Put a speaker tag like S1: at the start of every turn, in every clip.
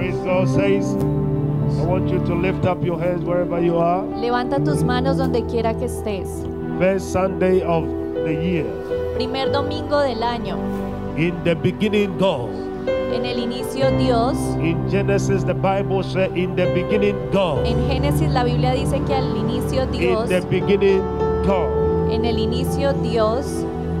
S1: Lord says, I want you to lift up your hands wherever you are.
S2: Levanta tus manos donde quiera que estés.
S1: First Sunday of the year.
S2: Primer domingo del año.
S1: In the beginning, God.
S2: En el inicio Dios.
S1: In Genesis, the Bible said, In the beginning, God.
S2: En Génesis la Biblia dice que al inicio
S1: In
S2: Dios.
S1: the beginning, God.
S2: En el inicio Dios.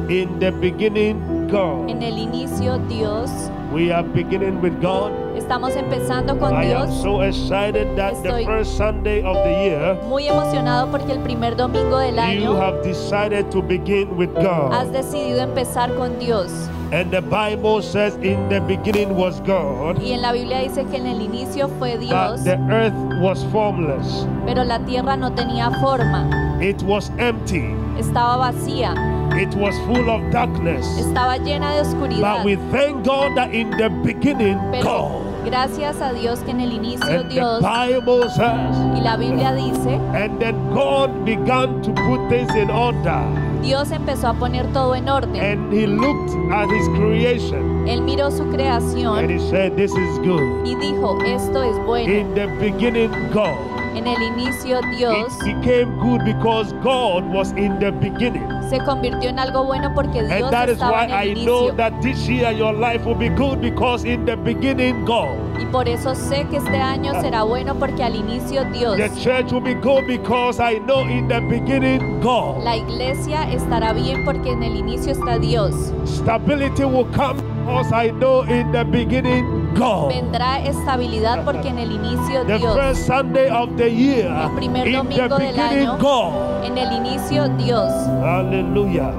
S1: In the beginning,
S2: En
S1: God.
S2: el inicio Dios.
S1: We are beginning with God.
S2: Estamos empezando con
S1: I am
S2: Dios.
S1: so excited that the
S2: Estoy-
S1: first Sunday of the year,
S2: Muy emocionado porque el primer domingo del
S1: you
S2: año
S1: have decided to begin with
S2: has
S1: God.
S2: decidido empezar con Dios.
S1: And the Bible says, In the beginning was God,
S2: Y en la Biblia dice que en el inicio fue
S1: but
S2: Dios,
S1: the earth was formless,
S2: pero la tierra no tenía forma,
S1: it was empty,
S2: estaba vacía,
S1: it was full of darkness.
S2: estaba llena de oscuridad.
S1: But we thank God that in the beginning,
S2: Pero
S1: God.
S2: gracias a Dios que en el inicio
S1: And the
S2: Dios
S1: Bible says,
S2: y la Biblia dice,
S1: and then God began to put things in order.
S2: Dios empezó a poner todo en orden.
S1: And he looked at his creation
S2: Él miró su
S1: and
S2: creación
S1: he said, This is good.
S2: y dijo, esto es bueno.
S1: In the beginning, God.
S2: En el inicio Dios
S1: It became good because God was in the beginning.
S2: se convirtió en algo bueno porque Dios
S1: And that is
S2: estaba
S1: why
S2: en el
S1: I know
S2: inicio.
S1: that this year your life will be good because in the beginning, God.
S2: Y por eso sé que este año será bueno porque al inicio Dios,
S1: The church will be good because I know in the beginning, God.
S2: la iglesia estará bien porque en el inicio está Dios.
S1: Stability will come because I know in the beginning, God.
S2: Vendrá estabilidad porque en el inicio
S1: The
S2: Dios,
S1: first Sunday of the year,
S2: El
S1: in
S2: primer
S1: the
S2: domingo del
S1: beginning,
S2: año.
S1: God.
S2: en el inicio Dios.
S1: Hallelujah.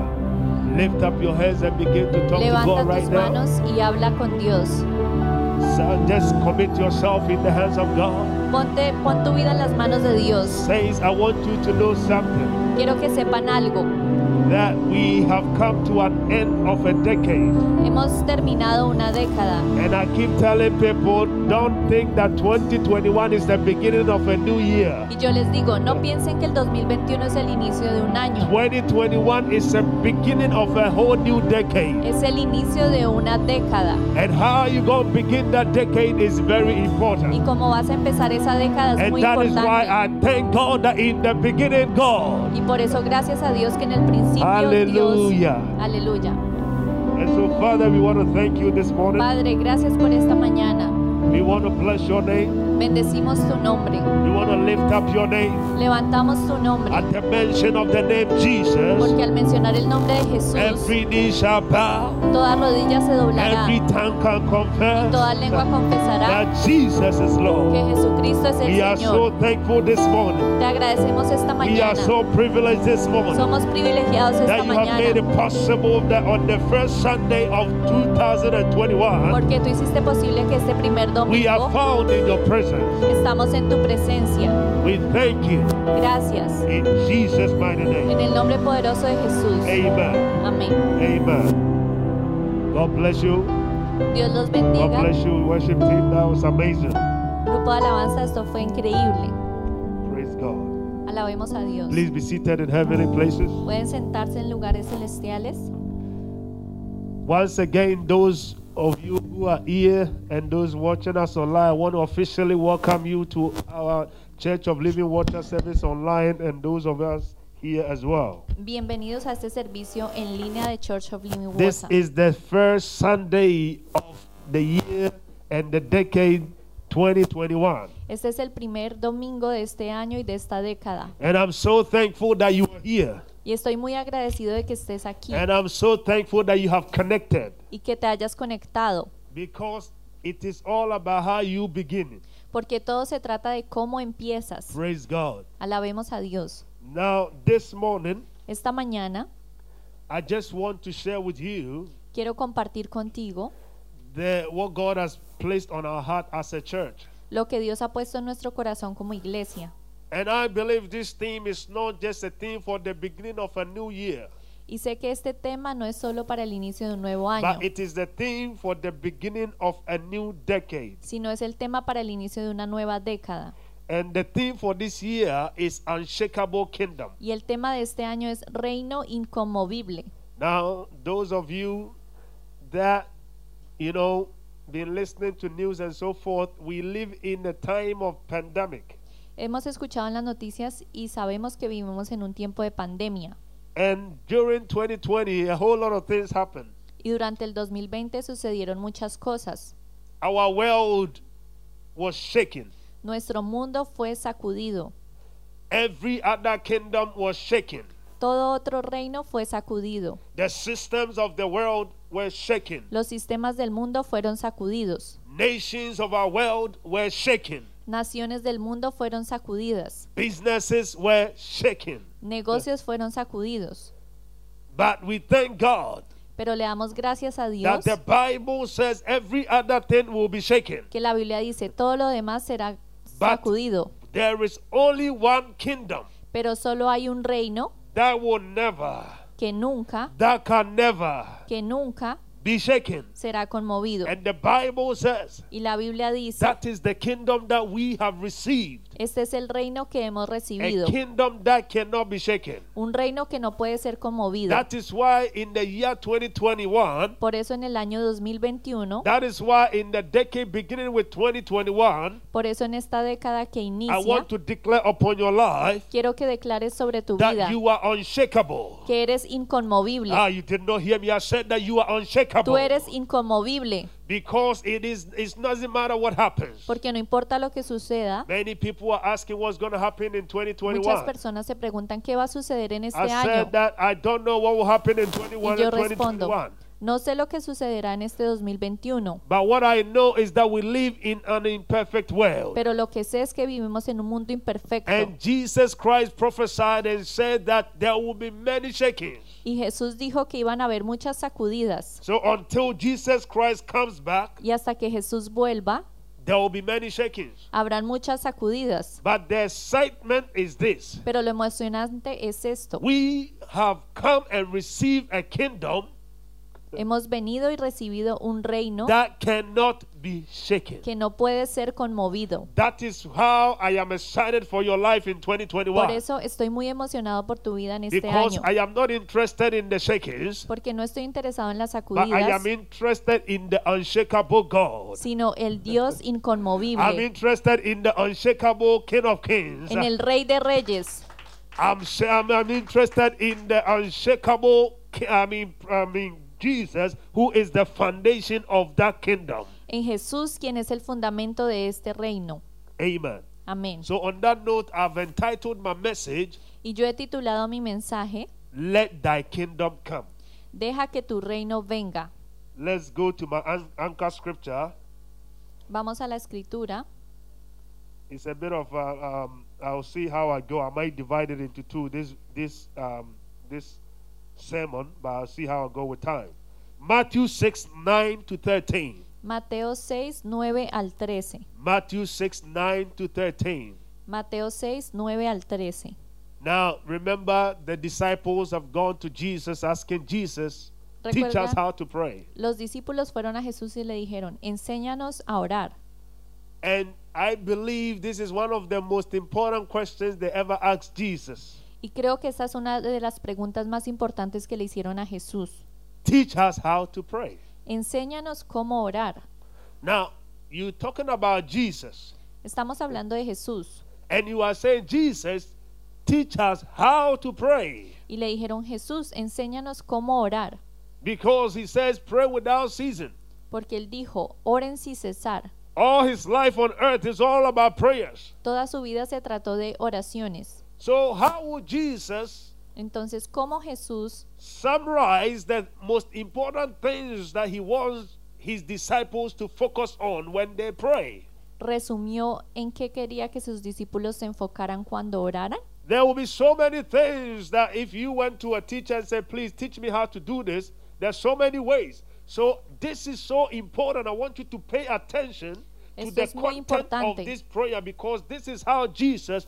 S1: Lift up your hands and begin to talk to
S2: Levanta
S1: God
S2: tus
S1: right now.
S2: manos y habla con Dios.
S1: So just commit yourself in the hands of God.
S2: Ponte, pon tu vida en las manos de Dios.
S1: Says, I want you to know something
S2: Quiero que sepan algo.
S1: that we have come to an end of a decade.
S2: Hemos terminado una década
S1: And I keep telling people, don't think that 2021 is the beginning of a new year.
S2: y yo les digo, no piensen que el 2021 es el inicio de un año.
S1: 2021 is the beginning of a whole new decade.
S2: Es el inicio de una década
S1: And how you going to begin that decade is very
S2: y
S1: important.
S2: cómo vas a empezar esa década es
S1: And
S2: muy
S1: that is why
S2: importante.
S1: I thank God that in the beginning, God.
S2: Y por eso gracias a Dios que en el principio
S1: Aleluya.
S2: Dios, aleluya.
S1: And so, Father, we want to thank you this morning.
S2: Padre, gracias por esta mañana.
S1: We want to bless your name.
S2: Bendecimos tu nombre.
S1: We want to lift up your name.
S2: Levantamos tu nombre
S1: At the mention of the name
S2: porque
S1: Jesus,
S2: al mencionar el nombre de Jesús
S1: every knee shall bow,
S2: Toda rodilla se doblará
S1: every
S2: y
S1: tongue can
S2: toda lengua
S1: confess
S2: confesará
S1: that Jesus is
S2: que
S1: Lord.
S2: Jesucristo es el
S1: We are
S2: Señor.
S1: so thankful this morning.
S2: Te agradecemos esta
S1: We are
S2: mañana.
S1: so privileged this morning
S2: Somos privilegiados esta
S1: that you have made it
S2: mañana
S1: possible that on the first Sunday of 2021,
S2: porque tú hiciste posible que este primer
S1: we are
S2: domingo
S1: found in your presence.
S2: estamos en tu presencia.
S1: We thank you
S2: Gracias.
S1: in Jesus' mighty name.
S2: En el nombre poderoso de Jesús.
S1: Amen.
S2: Amén.
S1: Amen. God bless you.
S2: Dios los
S1: God
S2: bendiga.
S1: bless you, worship team. That was amazing.
S2: Grupo de alabanza, esto fue increíble.
S1: Praise God.
S2: Alabemos a Dios.
S1: Please be seated in heavenly places.
S2: Pueden sentarse en lugares celestiales.
S1: Once again, those of you who are here and those watching us online, I want to officially welcome you to our Church of Living Water service online and those of us here as well.
S2: Bienvenidos a este servicio en línea de Church of Living
S1: This
S2: Water.
S1: is the first Sunday of the year and the decade 2021.
S2: Este es el primer domingo de este año y de esta década.
S1: And I'm so thankful that you are here.
S2: Y estoy muy agradecido de que estés aquí
S1: And I'm so thankful that you have connected
S2: y que te hayas conectado,
S1: because it is all about how you begin.
S2: porque todo se trata de cómo empiezas.
S1: Praise God.
S2: Alabemos a Dios.
S1: Now, this morning,
S2: Esta mañana
S1: I just want to share with you
S2: quiero compartir contigo
S1: the, what God has placed on our heart as a church.
S2: lo que Dios ha puesto en nuestro corazón como iglesia.
S1: And I believe this theme is not just a theme for the beginning of a new year,
S2: Y sé que este tema no es solo para el inicio de un nuevo año,
S1: but it is the theme for the beginning of a new decade.
S2: sino es el tema para el inicio de una nueva década.
S1: And the theme for this year is Unshakable Kingdom.
S2: Y el tema de este año es reino inconmovible.
S1: Now, those of you that, you know, been listening to news and so forth, we live in a time of pandemic.
S2: Hemos escuchado en las noticias y sabemos que vivimos en un tiempo de pandemia.
S1: And during 2020, a whole lot of things happened.
S2: Y durante el 2020 sucedieron muchas cosas.
S1: Our world was shaken.
S2: Nuestro mundo fue sacudido.
S1: Every other kingdom was shaken.
S2: Todo otro reino fue sacudido.
S1: The systems of the world were shaken.
S2: Los sistemas del mundo fueron sacudidos.
S1: Nations of our world were shaken.
S2: Naciones del mundo fueron sacudidas.
S1: Businesses were shaken.
S2: Negocios fueron sacudidos.
S1: But we thank God
S2: Pero le damos gracias a
S1: that
S2: Dios
S1: the Bible says every other thing will be shaken.
S2: que la Biblia dice todo lo demás será
S1: But-
S2: sacudido.
S1: There is only one kingdom
S2: Pero solo hay un reino
S1: that will never,
S2: que nunca,
S1: that can never
S2: que nunca
S1: be shaken.
S2: será conmovido.
S1: And the Bible says
S2: Y la Biblia dice,
S1: that is the kingdom that we have received,
S2: este es el reino que hemos
S1: a
S2: recibido,
S1: kingdom that cannot be shaken.
S2: un reino que no puede ser conmovido.
S1: That is why in the year 2021,
S2: Por eso en el año 2021,
S1: that is why in the decade beginning with 2021,
S2: por eso en esta década que
S1: I
S2: inicia,
S1: want to declare upon your life
S2: quiero que declares sobre tu vida
S1: that you are unshakable.
S2: que eres inconmovible.
S1: Ah, you did not hear me. I said that you are
S2: Tú
S1: unshakable.
S2: eres inconmovible,
S1: Because it is it doesn't matter what happens.
S2: porque no importa lo que suceda.
S1: Many people are asking what's going to happen in
S2: Muchas
S1: 2021.
S2: personas se preguntan qué va a suceder en
S1: I
S2: este año.
S1: said that I don't know what will happen in
S2: Y
S1: 21
S2: yo
S1: and
S2: respondo,
S1: 2021.
S2: no sé lo que sucederá en este 2021,
S1: But what I know is that we live in an imperfect world.
S2: pero lo que sé es que vivimos en un mundo imperfecto.
S1: And Jesus Christ prophesied and said that there will be many shakings.
S2: Y Jesús dijo que iban a haber muchas sacudidas.
S1: So until Jesus Christ comes back,
S2: Y hasta que Jesús vuelva,
S1: there will be many shakings.
S2: habrán muchas sacudidas.
S1: But the excitement is this.
S2: Pero lo emocionante es esto.
S1: We have come and received a kingdom
S2: Hemos venido y recibido un reino
S1: that cannot be shaken.
S2: que no puede ser conmovido.
S1: That is how I am excited for your life in
S2: Por
S1: 2021.
S2: eso estoy muy emocionado por tu vida en este
S1: Because
S2: año,
S1: I am not interested in the shakings,
S2: porque no estoy interesado en las
S1: but I
S2: sacudidas,
S1: am interested in the unshakable God.
S2: sino el Dios
S1: I'm
S2: inconmovible,
S1: interested in the unshakable King of Kings.
S2: en el Rey de Reyes.
S1: I'm, sh- I'm, I'm interested in the unshakable, ki- I mean, I mean, Jesus, who is the foundation of that kingdom.
S2: en Jesús, quien es el fundamento de este reino.
S1: Amen.
S2: Amén.
S1: So, on that note, I've entitled my message,
S2: Y yo he titulado mi mensaje,
S1: Let Thy Kingdom Come.
S2: Deja que tu reino venga.
S1: Let's go to my an- anchor scripture.
S2: Vamos a la escritura.
S1: It's a bit of, uh, um, I'll see how I go. I might divide it into two, this, this, um, this sermon, but I'll see how I go with time. Matthew 6, 9 to 13.
S2: Mateo 6, 9 al 13.
S1: Matthew 6, 9 to 13.
S2: Mateo 6, 9 al 13.
S1: Now, remember, the disciples have gone to Jesus asking Jesus, teach us
S2: Recuerda-
S1: how to pray.
S2: Los discípulos fueron a Jesús y le dijeron, enséñanos a orar.
S1: And I believe this is one of the most important questions they ever asked Jesus.
S2: Y creo que esta es una de las preguntas más importantes que le hicieron a Jesús.
S1: Teach us how to pray.
S2: Enséñanos cómo orar.
S1: Now, you're talking about Jesus,
S2: Estamos hablando de Jesús.
S1: and you are saying, Jesus, teach us how to pray.
S2: Y le dijeron, Jesús, enséñanos cómo orar.
S1: Because he says, pray without season.
S2: porque él dijo, oren sin cesar.
S1: All his life on earth is all about prayers.
S2: Toda su vida se trató de oraciones.
S1: So, how would Jesus
S2: Entonces, ¿cómo Jesús
S1: summarize the most important things that he wants his disciples to focus on when they pray.
S2: resumió en qué quería que sus discípulos se enfocaran cuando oraran?
S1: There will be so many things that if you went to a teacher and said, Please teach me how to do this, there's so many ways. So, this is so important. I want you to pay attention to
S2: Esto
S1: the
S2: es muy
S1: content of
S2: importante.
S1: this prayer because this is how Jesus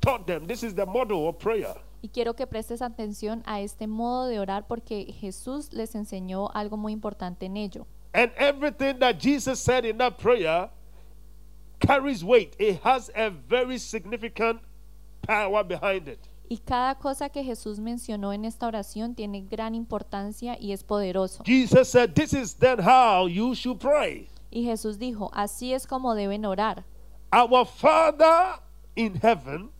S1: taught them. This is the model of prayer.
S2: Y quiero que prestes atención a este modo de orar porque Jesús les enseñó algo muy importante en ello.
S1: And everything that Jesus said in that prayer carries weight. It has a very significant power behind it.
S2: Y cada cosa que Jesús mencionó en esta oración tiene gran importancia y es poderoso.
S1: Jesus said, This is then how you should pray.
S2: Y Jesús dijo, así es como deben orar.
S1: Our Father in heaven,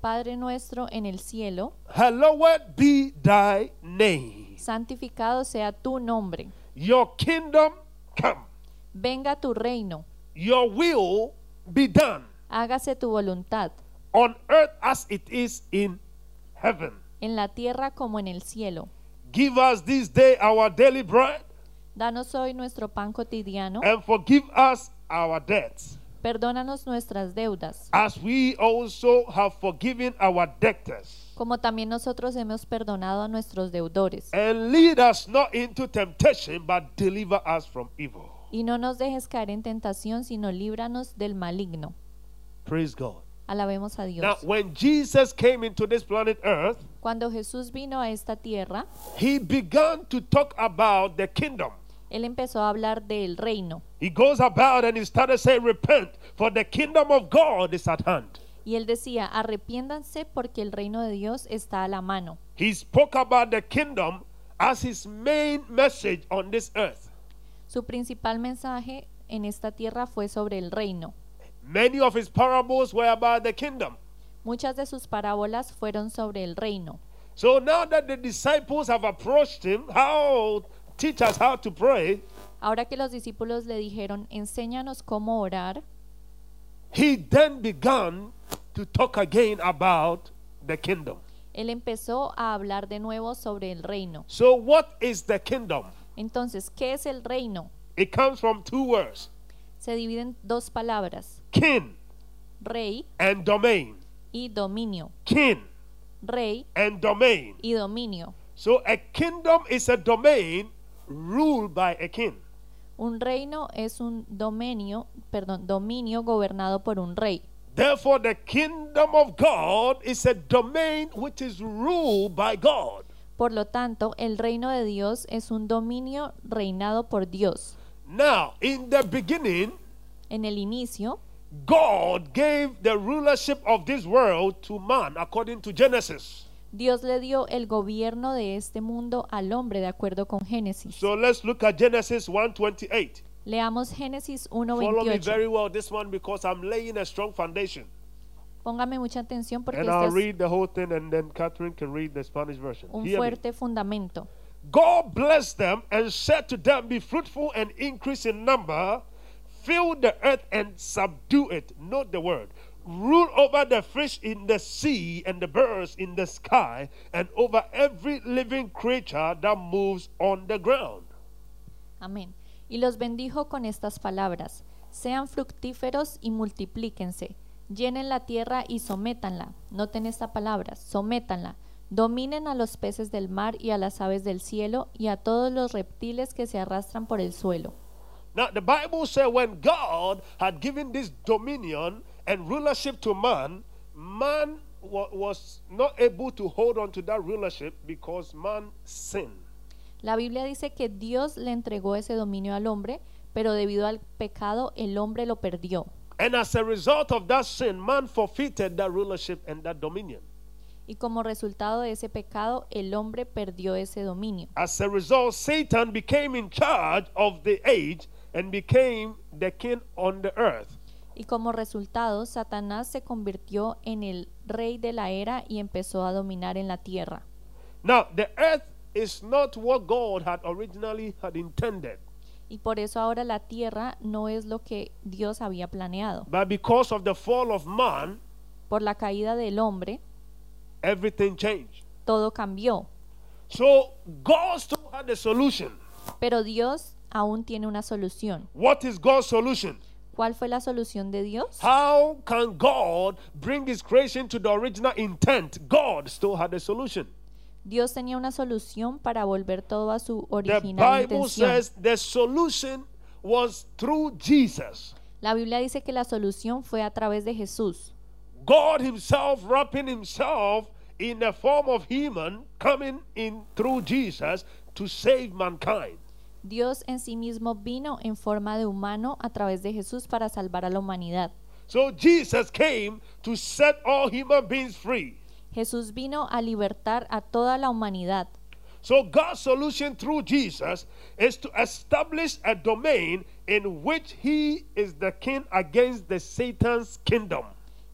S2: Padre nuestro en el cielo,
S1: hallowed be thy name.
S2: santificado sea tu nombre.
S1: Your kingdom come.
S2: Venga tu reino,
S1: Your will be done
S2: hágase tu voluntad,
S1: on earth as it is in heaven.
S2: en la tierra como en el cielo.
S1: Give us this day our daily bread
S2: Danos hoy nuestro pan cotidiano,
S1: and forgive us our debts
S2: perdónanos nuestras deudas,
S1: as we also have forgiven our debtors.
S2: como también nosotros hemos perdonado a nuestros deudores.
S1: And lead us not into temptation, but deliver us from evil.
S2: Y no nos dejes caer en tentación, sino líbranos del maligno.
S1: Praise God.
S2: Alabemos a
S1: Now,
S2: Dios.
S1: when Jesus came into this planet Earth,
S2: Cuando Jesús vino a esta tierra,
S1: he began to talk about the kingdom.
S2: Él empezó a hablar del reino.
S1: He goes about and he started saying, Repent, for the kingdom of God is at hand.
S2: Y él decía, arrepiéndanse porque el reino de Dios está a la mano.
S1: He spoke about the kingdom as his main message on this earth.
S2: Su principal mensaje en esta tierra fue sobre el reino.
S1: Many of his parables were about the kingdom.
S2: Muchas de sus parábolas fueron sobre el reino.
S1: So now that the disciples have approached him, how teach us how to pray,
S2: Ahora que los discípulos le dijeron, enséñanos cómo orar,
S1: he then began to talk again about the kingdom.
S2: él empezó a hablar de nuevo sobre el reino.
S1: So, what is the kingdom?
S2: Entonces, ¿qué es el reino?
S1: It comes from two words
S2: Se dividen dos palabras,
S1: king
S2: rey
S1: and domain.
S2: y dominio.
S1: King
S2: Rey
S1: and domain.
S2: y dominio.
S1: So, a kingdom is a domain ruled by a king.
S2: Un reino es un dominio, perdón, dominio gobernado por un rey.
S1: Therefore, the kingdom of God is a domain which is ruled by God.
S2: Por lo tanto, el reino de Dios es un dominio reinado por Dios.
S1: Now, in the beginning,
S2: En el inicio,
S1: God gave the rulership of this world to man according to Genesis.
S2: Dios le dio el gobierno de este mundo al hombre, de acuerdo con Génesis.
S1: So let's look at Genesis 128.
S2: Leamos Génesis
S1: Follow me
S2: 1.28.
S1: very well this one because I'm laying a strong foundation.
S2: Póngame mucha atención porque
S1: And I'll
S2: esto es
S1: read the whole thing and then Catherine can read the Spanish version.
S2: un
S1: Hear me.
S2: fuerte fundamento.
S1: God blessed them and said to them, Be fruitful and increase in number, fill the earth and subdue it. Note the word. Rule over the fish in the sea and the birds in the sky, and over every living creature that moves on the ground.
S2: Amén. Y los bendijo con estas palabras. Sean fructíferos y multiplíquense. Llenen la tierra y sométanla. Noten esta palabra, sométanla. Dominen a los peces del mar y a las aves del cielo y a todos los reptiles que se arrastran por el suelo.
S1: Now, the Bible said when God had given this dominion and rulership to man, man wa- was not able to hold on to that rulership because man sinned.
S2: La Biblia dice que Dios le entregó ese dominio al hombre, pero debido al pecado el hombre lo perdió.
S1: And as a result of that sin, man forfeited that rulership and that dominion.
S2: Y como resultado de ese pecado el hombre perdió ese dominio.
S1: As a result, Satan became in charge of the age and became the king on the earth.
S2: Y como resultado, Satanás se convirtió en el rey de la era y empezó a dominar en la tierra.
S1: Now, the earth is not what God had originally had intended,
S2: Y por eso ahora la tierra no es lo que Dios había planeado.
S1: but because of the fall of man,
S2: Por la caída del hombre,
S1: everything changed.
S2: todo cambió.
S1: So God still had a solution.
S2: Pero Dios aún tiene una solución.
S1: What is God's solution?
S2: ¿Cuál fue la solución de Dios?
S1: How can God bring his creation to the original intent? God still had a solution.
S2: Dios tenía una solución para volver todo a su
S1: The
S2: original
S1: Bible
S2: intención.
S1: says the solution was through Jesus.
S2: La Biblia dice que la solución fue a través de Jesús.
S1: God Himself wrapping Himself in the form of human, coming in through Jesus to save mankind.
S2: Dios en sí mismo vino en forma de humano a través de Jesús para salvar a la humanidad.
S1: So Jesus came to set all human beings free.
S2: Jesús vino a libertar a toda la humanidad.
S1: So God's solution through Jesus is to establish a domain in which he is the king against the Satan's kingdom.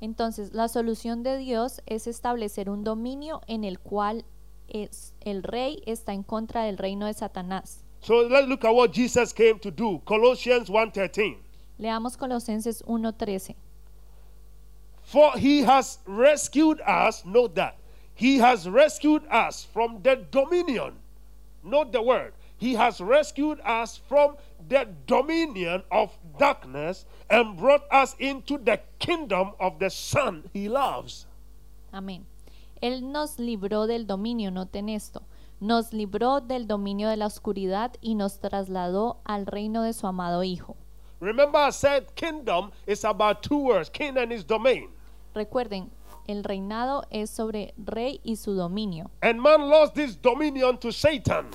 S2: Entonces, la solución de Dios es establecer un dominio en el cual es- el rey está en contra del reino de Satanás.
S1: So let's look at what Jesus came to do. Colossians 1:13.
S2: Leamos Colosenses 1:13.
S1: For he has rescued us, note that. He has rescued us from the dominion. Note the word. He has rescued us from the dominion of darkness and brought us into the kingdom of the Son he loves.
S2: Amén. Él nos libró del dominio, noten esto. Nos libró del dominio de la oscuridad y nos trasladó al reino de su amado Hijo.
S1: Remember, I said kingdom is about two words king and his domain.
S2: Recuerden, el reinado es sobre rey y su dominio.
S1: And man lost this dominion to Satan.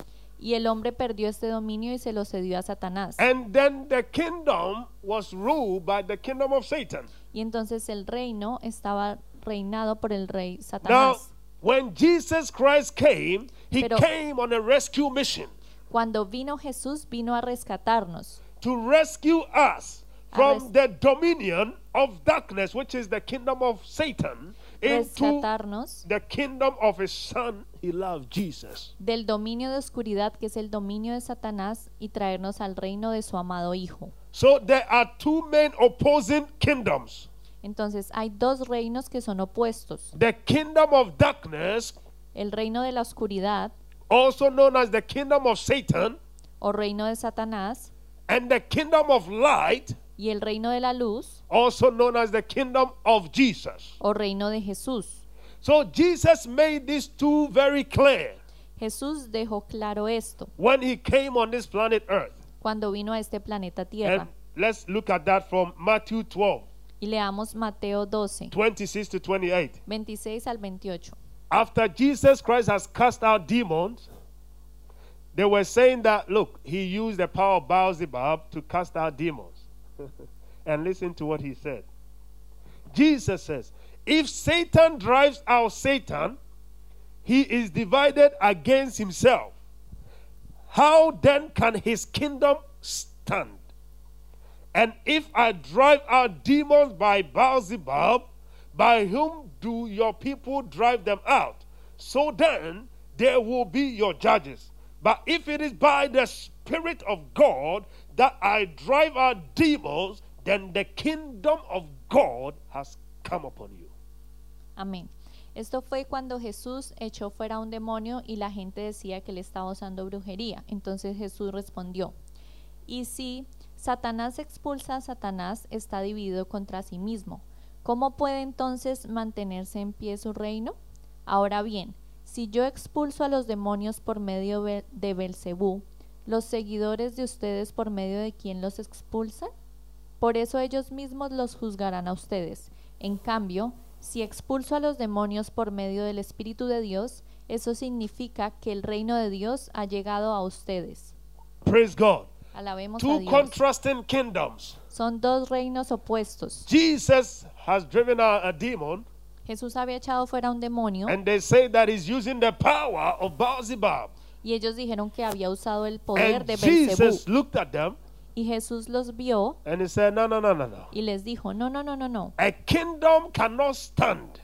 S2: Y el hombre perdió este dominio y se lo cedió a Satanás.
S1: And then the kingdom was ruled by the kingdom of Satan.
S2: Y entonces el reino estaba reinado por el rey
S1: Now,
S2: Satanás.
S1: when Jesus Christ came, he
S2: Pero-
S1: came on a rescue mission
S2: Cuando vino Jesús, vino a rescatarnos,
S1: to rescue us from
S2: res-
S1: the dominion of darkness, which is the kingdom of Satan, into
S2: rescatarnos
S1: the kingdom of his son he loved, Jesus.
S2: del dominio de oscuridad que es el dominio de Satanás y traernos al reino de su amado Hijo.
S1: So there are two main opposing kingdoms.
S2: Entonces hay dos reinos que son opuestos.
S1: The kingdom of darkness,
S2: El reino de la oscuridad
S1: also known as the kingdom of Satan,
S2: o reino de Satanás
S1: and the kingdom of light,
S2: y el reino de la luz
S1: also known as the kingdom of Jesus.
S2: o reino de Jesús.
S1: So Jesus made these two very clear
S2: Jesús dejó claro esto
S1: when he came on this planet Earth.
S2: cuando vino a este planeta
S1: And
S2: Tierra.
S1: let's look at that from Matthew 12,
S2: Y leamos Mateo 12,
S1: 26 to 28.
S2: 26 al 28.
S1: After Jesus Christ has cast out demons, they were saying that, look, he used the power of Beelzebub to cast out demons. and listen to what he said. Jesus says, if Satan drives out Satan, he is divided against himself. How then can his kingdom stand? And if I drive out demons by Beelzebub, by whom do your people drive them out? So then they will be your judges. But if it is by the Spirit of God that I drive out demons, then the kingdom of God has come upon you.
S2: Amén. Esto fue cuando Jesús echó fuera un demonio y la gente decía que le estaba usando brujería. Entonces Jesús respondió, y si Satanás expulsa a Satanás, está dividido contra sí mismo. ¿Cómo puede entonces mantenerse en pie su reino? Ahora bien, si yo expulso a los demonios por medio be- de Belcebú, ¿los seguidores de ustedes por medio de quién los expulsan? Por eso ellos mismos los juzgarán a ustedes. En cambio, si expulso a los demonios por medio del Espíritu de Dios, eso significa que el reino de Dios ha llegado a ustedes.
S1: Praise God.
S2: Alabemos a
S1: Two
S2: Dios.
S1: contrasting kingdoms.
S2: Son dos reinos opuestos.
S1: Jesus has driven out a demon,
S2: Jesús había echado fuera un demonio
S1: and they say that he's using the power of Beelzebub.
S2: y ellos dijeron que había usado el poder
S1: And
S2: de
S1: Jesus
S2: Belcebú.
S1: looked at them
S2: Y Jesús los vio
S1: and he said, No, no, no, no, no.
S2: y les dijo, no, no, no, no, no.
S1: A kingdom cannot stand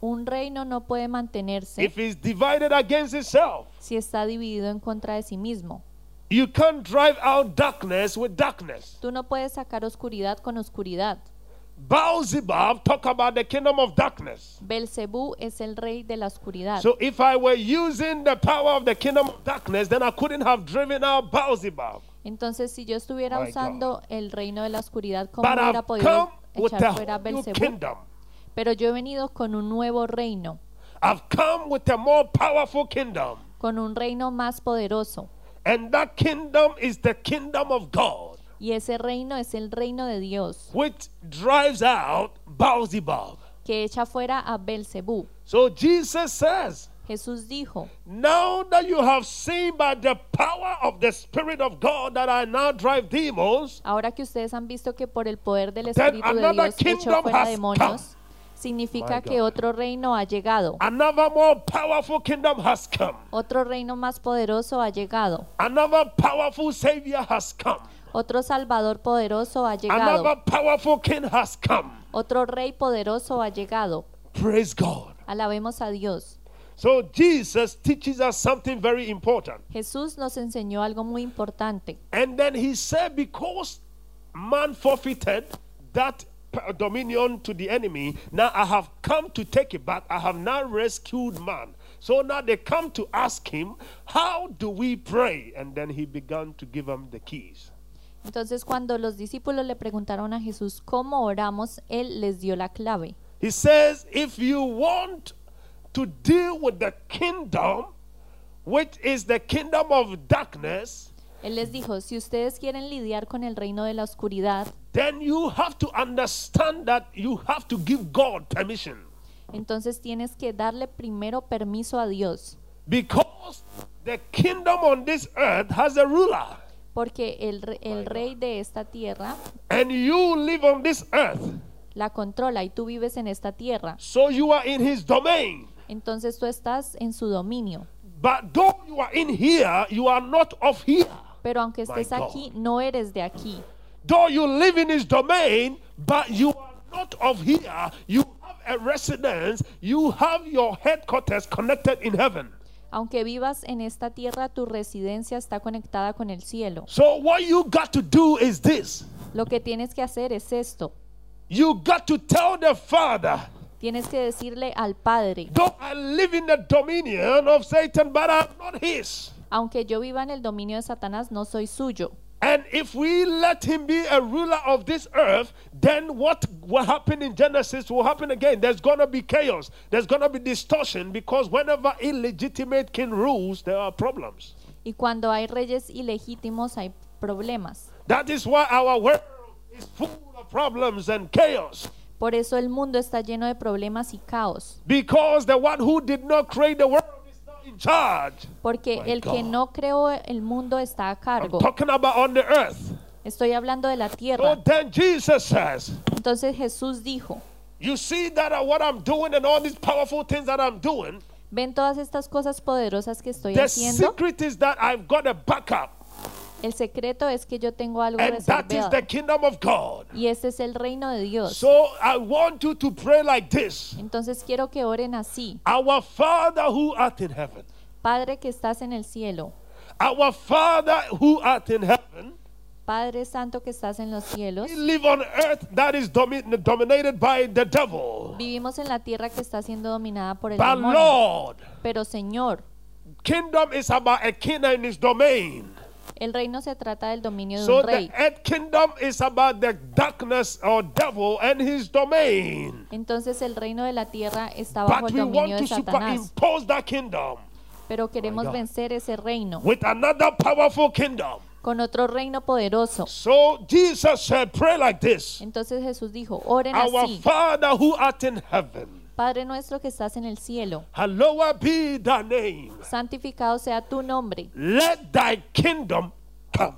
S2: Un reino no puede mantenerse
S1: if it's divided against itself.
S2: si está dividido en contra de sí mismo.
S1: You can't drive out darkness with darkness.
S2: Tú no puedes sacar oscuridad con oscuridad.
S1: Beelzebub talk about the kingdom of darkness.
S2: Belcebú es el rey de la oscuridad.
S1: So if I were using the power of the kingdom of darkness, then I couldn't have driven out Beelzebub.
S2: Entonces, si yo estuviera
S1: My
S2: usando el reino de la oscuridad, ¿cómo
S1: But
S2: hubiera
S1: I've
S2: podido
S1: come with
S2: echar
S1: a
S2: fuera a
S1: whole new
S2: Belcebú?
S1: kingdom.
S2: Pero yo he venido con un nuevo reino,
S1: I've come with a more powerful kingdom.
S2: con un reino más poderoso.
S1: And that kingdom is the kingdom of God,
S2: Y ese reino es el reino de Dios,
S1: which drives out Beelzebub.
S2: que echa fuera a Belcebú.
S1: So Jesus says,
S2: Jesús dijo,
S1: Now that you have seen by the power of the Spirit of God that I now drive demons,
S2: ahora que ustedes han visto que por el poder del
S1: Then
S2: Espíritu de
S1: another
S2: Dios echó
S1: kingdom
S2: fuera
S1: has
S2: demonios,
S1: My
S2: significa que
S1: God.
S2: otro reino ha llegado,
S1: Another more powerful kingdom has come.
S2: otro reino más poderoso ha llegado,
S1: Another powerful savior has come.
S2: otro salvador poderoso ha llegado,
S1: Another powerful king has come.
S2: otro rey poderoso ha llegado.
S1: Praise God.
S2: Alabemos a Dios.
S1: So Jesus teaches us something very important.
S2: Jesús nos enseñó algo muy importante.
S1: And then he said, Because man forfeited that p- dominion to the enemy, now I have come to take it back. I have now rescued man. So now they come to ask him, How do we pray? And then he began to give them the keys.
S2: Entonces cuando los discípulos le preguntaron a Jesús cómo oramos, Él les dio la clave.
S1: He says, If you want to deal with the kingdom, which is the kingdom of darkness,
S2: Él les dijo, si ustedes quieren lidiar con el reino de la oscuridad,
S1: then you have to understand that you have to give God permission.
S2: entonces tienes que darle primero permiso a Dios,
S1: Because the kingdom on this earth has a ruler,
S2: porque el, re- el rey de esta tierra
S1: and you live on this earth,
S2: la controla y tú vives en esta tierra.
S1: so you are in his domain.
S2: Entonces tú estás en su dominio.
S1: But though you are in here, you are not of here.
S2: Pero aunque estés
S1: My God.
S2: aquí, no eres de aquí.
S1: Though you live in his domain, but you are not of here. You have a residence, you have your headquarters connected in heaven.
S2: Aunque vivas en esta tierra, tu residencia está conectada con el cielo.
S1: So, what you got to do is this
S2: Lo que tienes que hacer es esto.
S1: you got to tell the Father,
S2: Tienes que decirle al Padre,
S1: though I live in the dominion of Satan, but I'm not his.
S2: aunque yo viva en el dominio de Satanás, no soy suyo.
S1: And if we let him be a ruler of this earth, then what will happen in Genesis will happen again. There's going to be chaos. There's going to be distortion because whenever illegitimate king rules, there are problems.
S2: Y cuando hay reyes ilegítimos, hay problemas.
S1: That is why our world is full of problems and chaos
S2: Por eso el mundo está lleno de problemas y caos.
S1: because the one who did not create the world is not in charge.
S2: Porque
S1: My
S2: el que
S1: God.
S2: no creó el mundo está a
S1: I'm
S2: cargo.
S1: talking about on the earth.
S2: Estoy hablando de la
S1: So
S2: tierra.
S1: then Jesus says,
S2: Entonces Jesús dijo,
S1: You see that uh, what I'm doing and all these powerful things that I'm doing.
S2: ven todas estas cosas poderosas que estoy
S1: The
S2: haciendo.
S1: secret is that I've got a backup,
S2: El secreto es que yo tengo algo
S1: and that is the
S2: reservado.
S1: kingdom of God.
S2: Y este es el reino de Dios.
S1: So I want you to pray like this
S2: Entonces quiero que oren así.
S1: Our Father who art in heaven,
S2: Padre que estás en el cielo,
S1: our Father who art in heaven,
S2: Padre Santo que estás en los cielos,
S1: we live on earth that is domi- dominated by the devil.
S2: vivimos en la tierra que está siendo dominada por el
S1: But
S2: demonio.
S1: Lord,
S2: Pero Señor,
S1: kingdom is about a king and his domain.
S2: el reino se trata del dominio de
S1: So
S2: un
S1: the
S2: rey.
S1: earth kingdom is about the darkness or devil and his domain.
S2: Entonces el reino de la tierra está bajo
S1: But
S2: el
S1: we
S2: dominio
S1: want
S2: de
S1: to
S2: Satanás.
S1: superimpose that kingdom.
S2: Pero queremos
S1: God.
S2: vencer ese reino
S1: with another powerful kingdom.
S2: con otro reino poderoso.
S1: So Jesus said, Pray like this
S2: Entonces Jesús dijo, oren
S1: Our
S2: así.
S1: Father who art in heaven,
S2: Padre nuestro que estás en el cielo,
S1: hallowed be thy name.
S2: santificado sea tu nombre,
S1: Let thy kingdom come.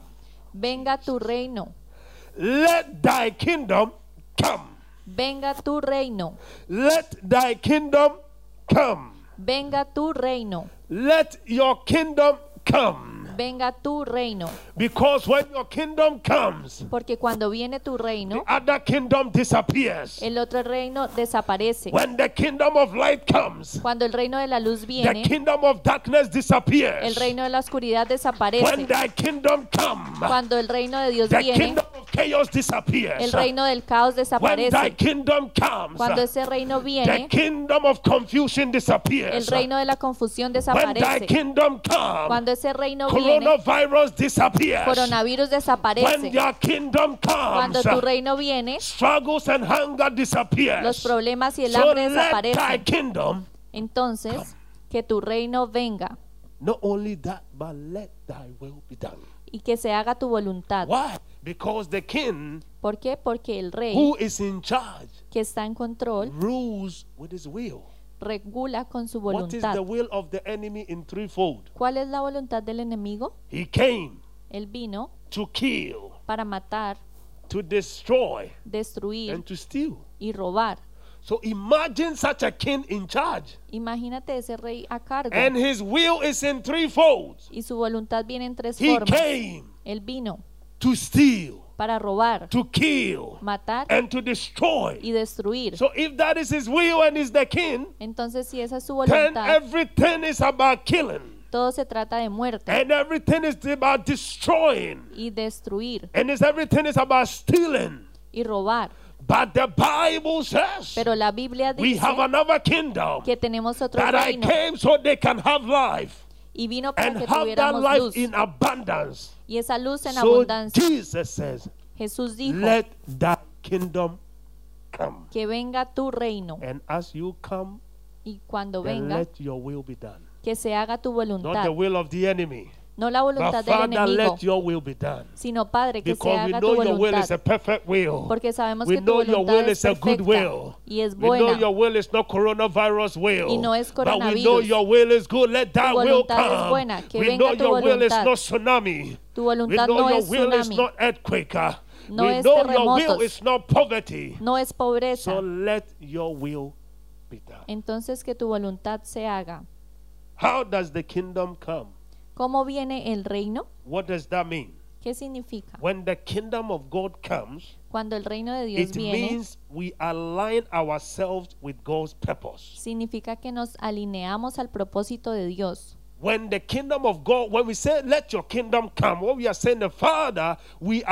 S2: venga tu reino,
S1: Let thy kingdom come.
S2: venga tu reino,
S1: Let thy kingdom come.
S2: venga tu reino,
S1: Let your kingdom come.
S2: venga tu reino,
S1: Because when your kingdom comes,
S2: porque cuando viene tu reino,
S1: the other kingdom disappears.
S2: el otro reino desaparece.
S1: When the kingdom of light comes,
S2: Cuando el reino de la luz
S1: the
S2: viene,
S1: kingdom of darkness disappears.
S2: el reino de la oscuridad
S1: When
S2: desaparece.
S1: thy kingdom come,
S2: Cuando el reino de Dios
S1: the
S2: viene,
S1: kingdom of chaos
S2: el
S1: disappears.
S2: reino del caos
S1: When thy
S2: desaparece.
S1: kingdom comes,
S2: Cuando ese reino
S1: the
S2: viene,
S1: kingdom of confusion
S2: el
S1: disappears.
S2: reino de la confusión
S1: When thy
S2: desaparece.
S1: kingdom comes,
S2: Cuando ese reino viene,
S1: coronavirus disappears.
S2: coronavirus
S1: When
S2: desaparece.
S1: your kingdom
S2: Cuando
S1: comes,
S2: tu reino viene,
S1: struggles and hunger
S2: los
S1: disappears.
S2: problemas y el
S1: So let
S2: hambre
S1: thy
S2: desaparecen.
S1: kingdom,
S2: Entonces, que tu reino venga
S1: not only that, but let thy will be done.
S2: y que se haga tu voluntad.
S1: Why? Because the king
S2: ¿Por qué? Porque el rey
S1: who is in charge
S2: que está en control
S1: rules with his will.
S2: regula con su
S1: What is
S2: voluntad.
S1: the will of the enemy in threefold?
S2: ¿Cuál es la voluntad del enemigo?
S1: He came
S2: Él vino
S1: to kill,
S2: para matar,
S1: to destroy,
S2: destruir
S1: and to steal.
S2: y robar.
S1: So imagine such a king in charge.
S2: Imagínate ese rey a cargo
S1: And his will is in threefold.
S2: y su voluntad viene en tres
S1: He
S2: formas.
S1: came
S2: Él vino
S1: to steal,
S2: para robar,
S1: to kill,
S2: matar
S1: and to destroy.
S2: y destruir.
S1: So if that is his will and he's the king,
S2: Entonces, si esa es su
S1: then
S2: voluntad,
S1: everything is about killing.
S2: todo se trata de muerte
S1: And everything is about destroying.
S2: y destruir
S1: And it's, everything is about stealing.
S2: y robar.
S1: But the Bible says
S2: Pero la Biblia
S1: we
S2: dice
S1: have another kingdom
S2: que tenemos otro
S1: that I
S2: reino
S1: came so they can have life
S2: y vino para
S1: and
S2: que
S1: have that
S2: tuviéramos
S1: life
S2: luz
S1: in abundance.
S2: y esa luz en
S1: So
S2: abundancia.
S1: Jesus says,
S2: Jesús dijo
S1: Let that kingdom come.
S2: que venga tu reino
S1: And as you come,
S2: y cuando
S1: then
S2: venga
S1: let your will be done.
S2: que se haga tu
S1: Not
S2: voluntad,
S1: the will of the enemy.
S2: no la
S1: But
S2: voluntad del
S1: Father,
S2: enemigo,
S1: let your will be done.
S2: sino Padre, que se
S1: Because we
S2: haga tu
S1: know your will is a
S2: voluntad,
S1: perfect will.
S2: porque sabemos
S1: we
S2: que tu
S1: know your
S2: voluntad
S1: will
S2: es
S1: is a good will.
S2: perfecta y es
S1: We know your
S2: buena.
S1: will is not coronavirus will.
S2: Y no es
S1: But we know
S2: coronavirus.
S1: your will is good. Let that will
S2: voluntad es
S1: come.
S2: buena, que
S1: we
S2: venga
S1: know
S2: tu
S1: your will is
S2: voluntad.
S1: not tsunami.
S2: Tu
S1: We
S2: voluntad
S1: know
S2: no
S1: your
S2: es
S1: will is
S2: tsunami,
S1: not earthquake. uh.
S2: No
S1: we
S2: es
S1: know your will
S2: terremotos.
S1: is not poverty.
S2: no es pobreza.
S1: So let your will be done.
S2: Entonces que tu voluntad se haga.
S1: How does the kingdom come?
S2: ¿Cómo viene el reino?
S1: What does that mean?
S2: ¿Qué significa?
S1: When the kingdom of God comes,
S2: Cuando el reino de Dios
S1: it
S2: viene,
S1: means we align ourselves with God's purpose.
S2: significa que nos alineamos al propósito de Dios.
S1: When the kingdom of God, when we say, let your kingdom come, what we are saying, the Father, we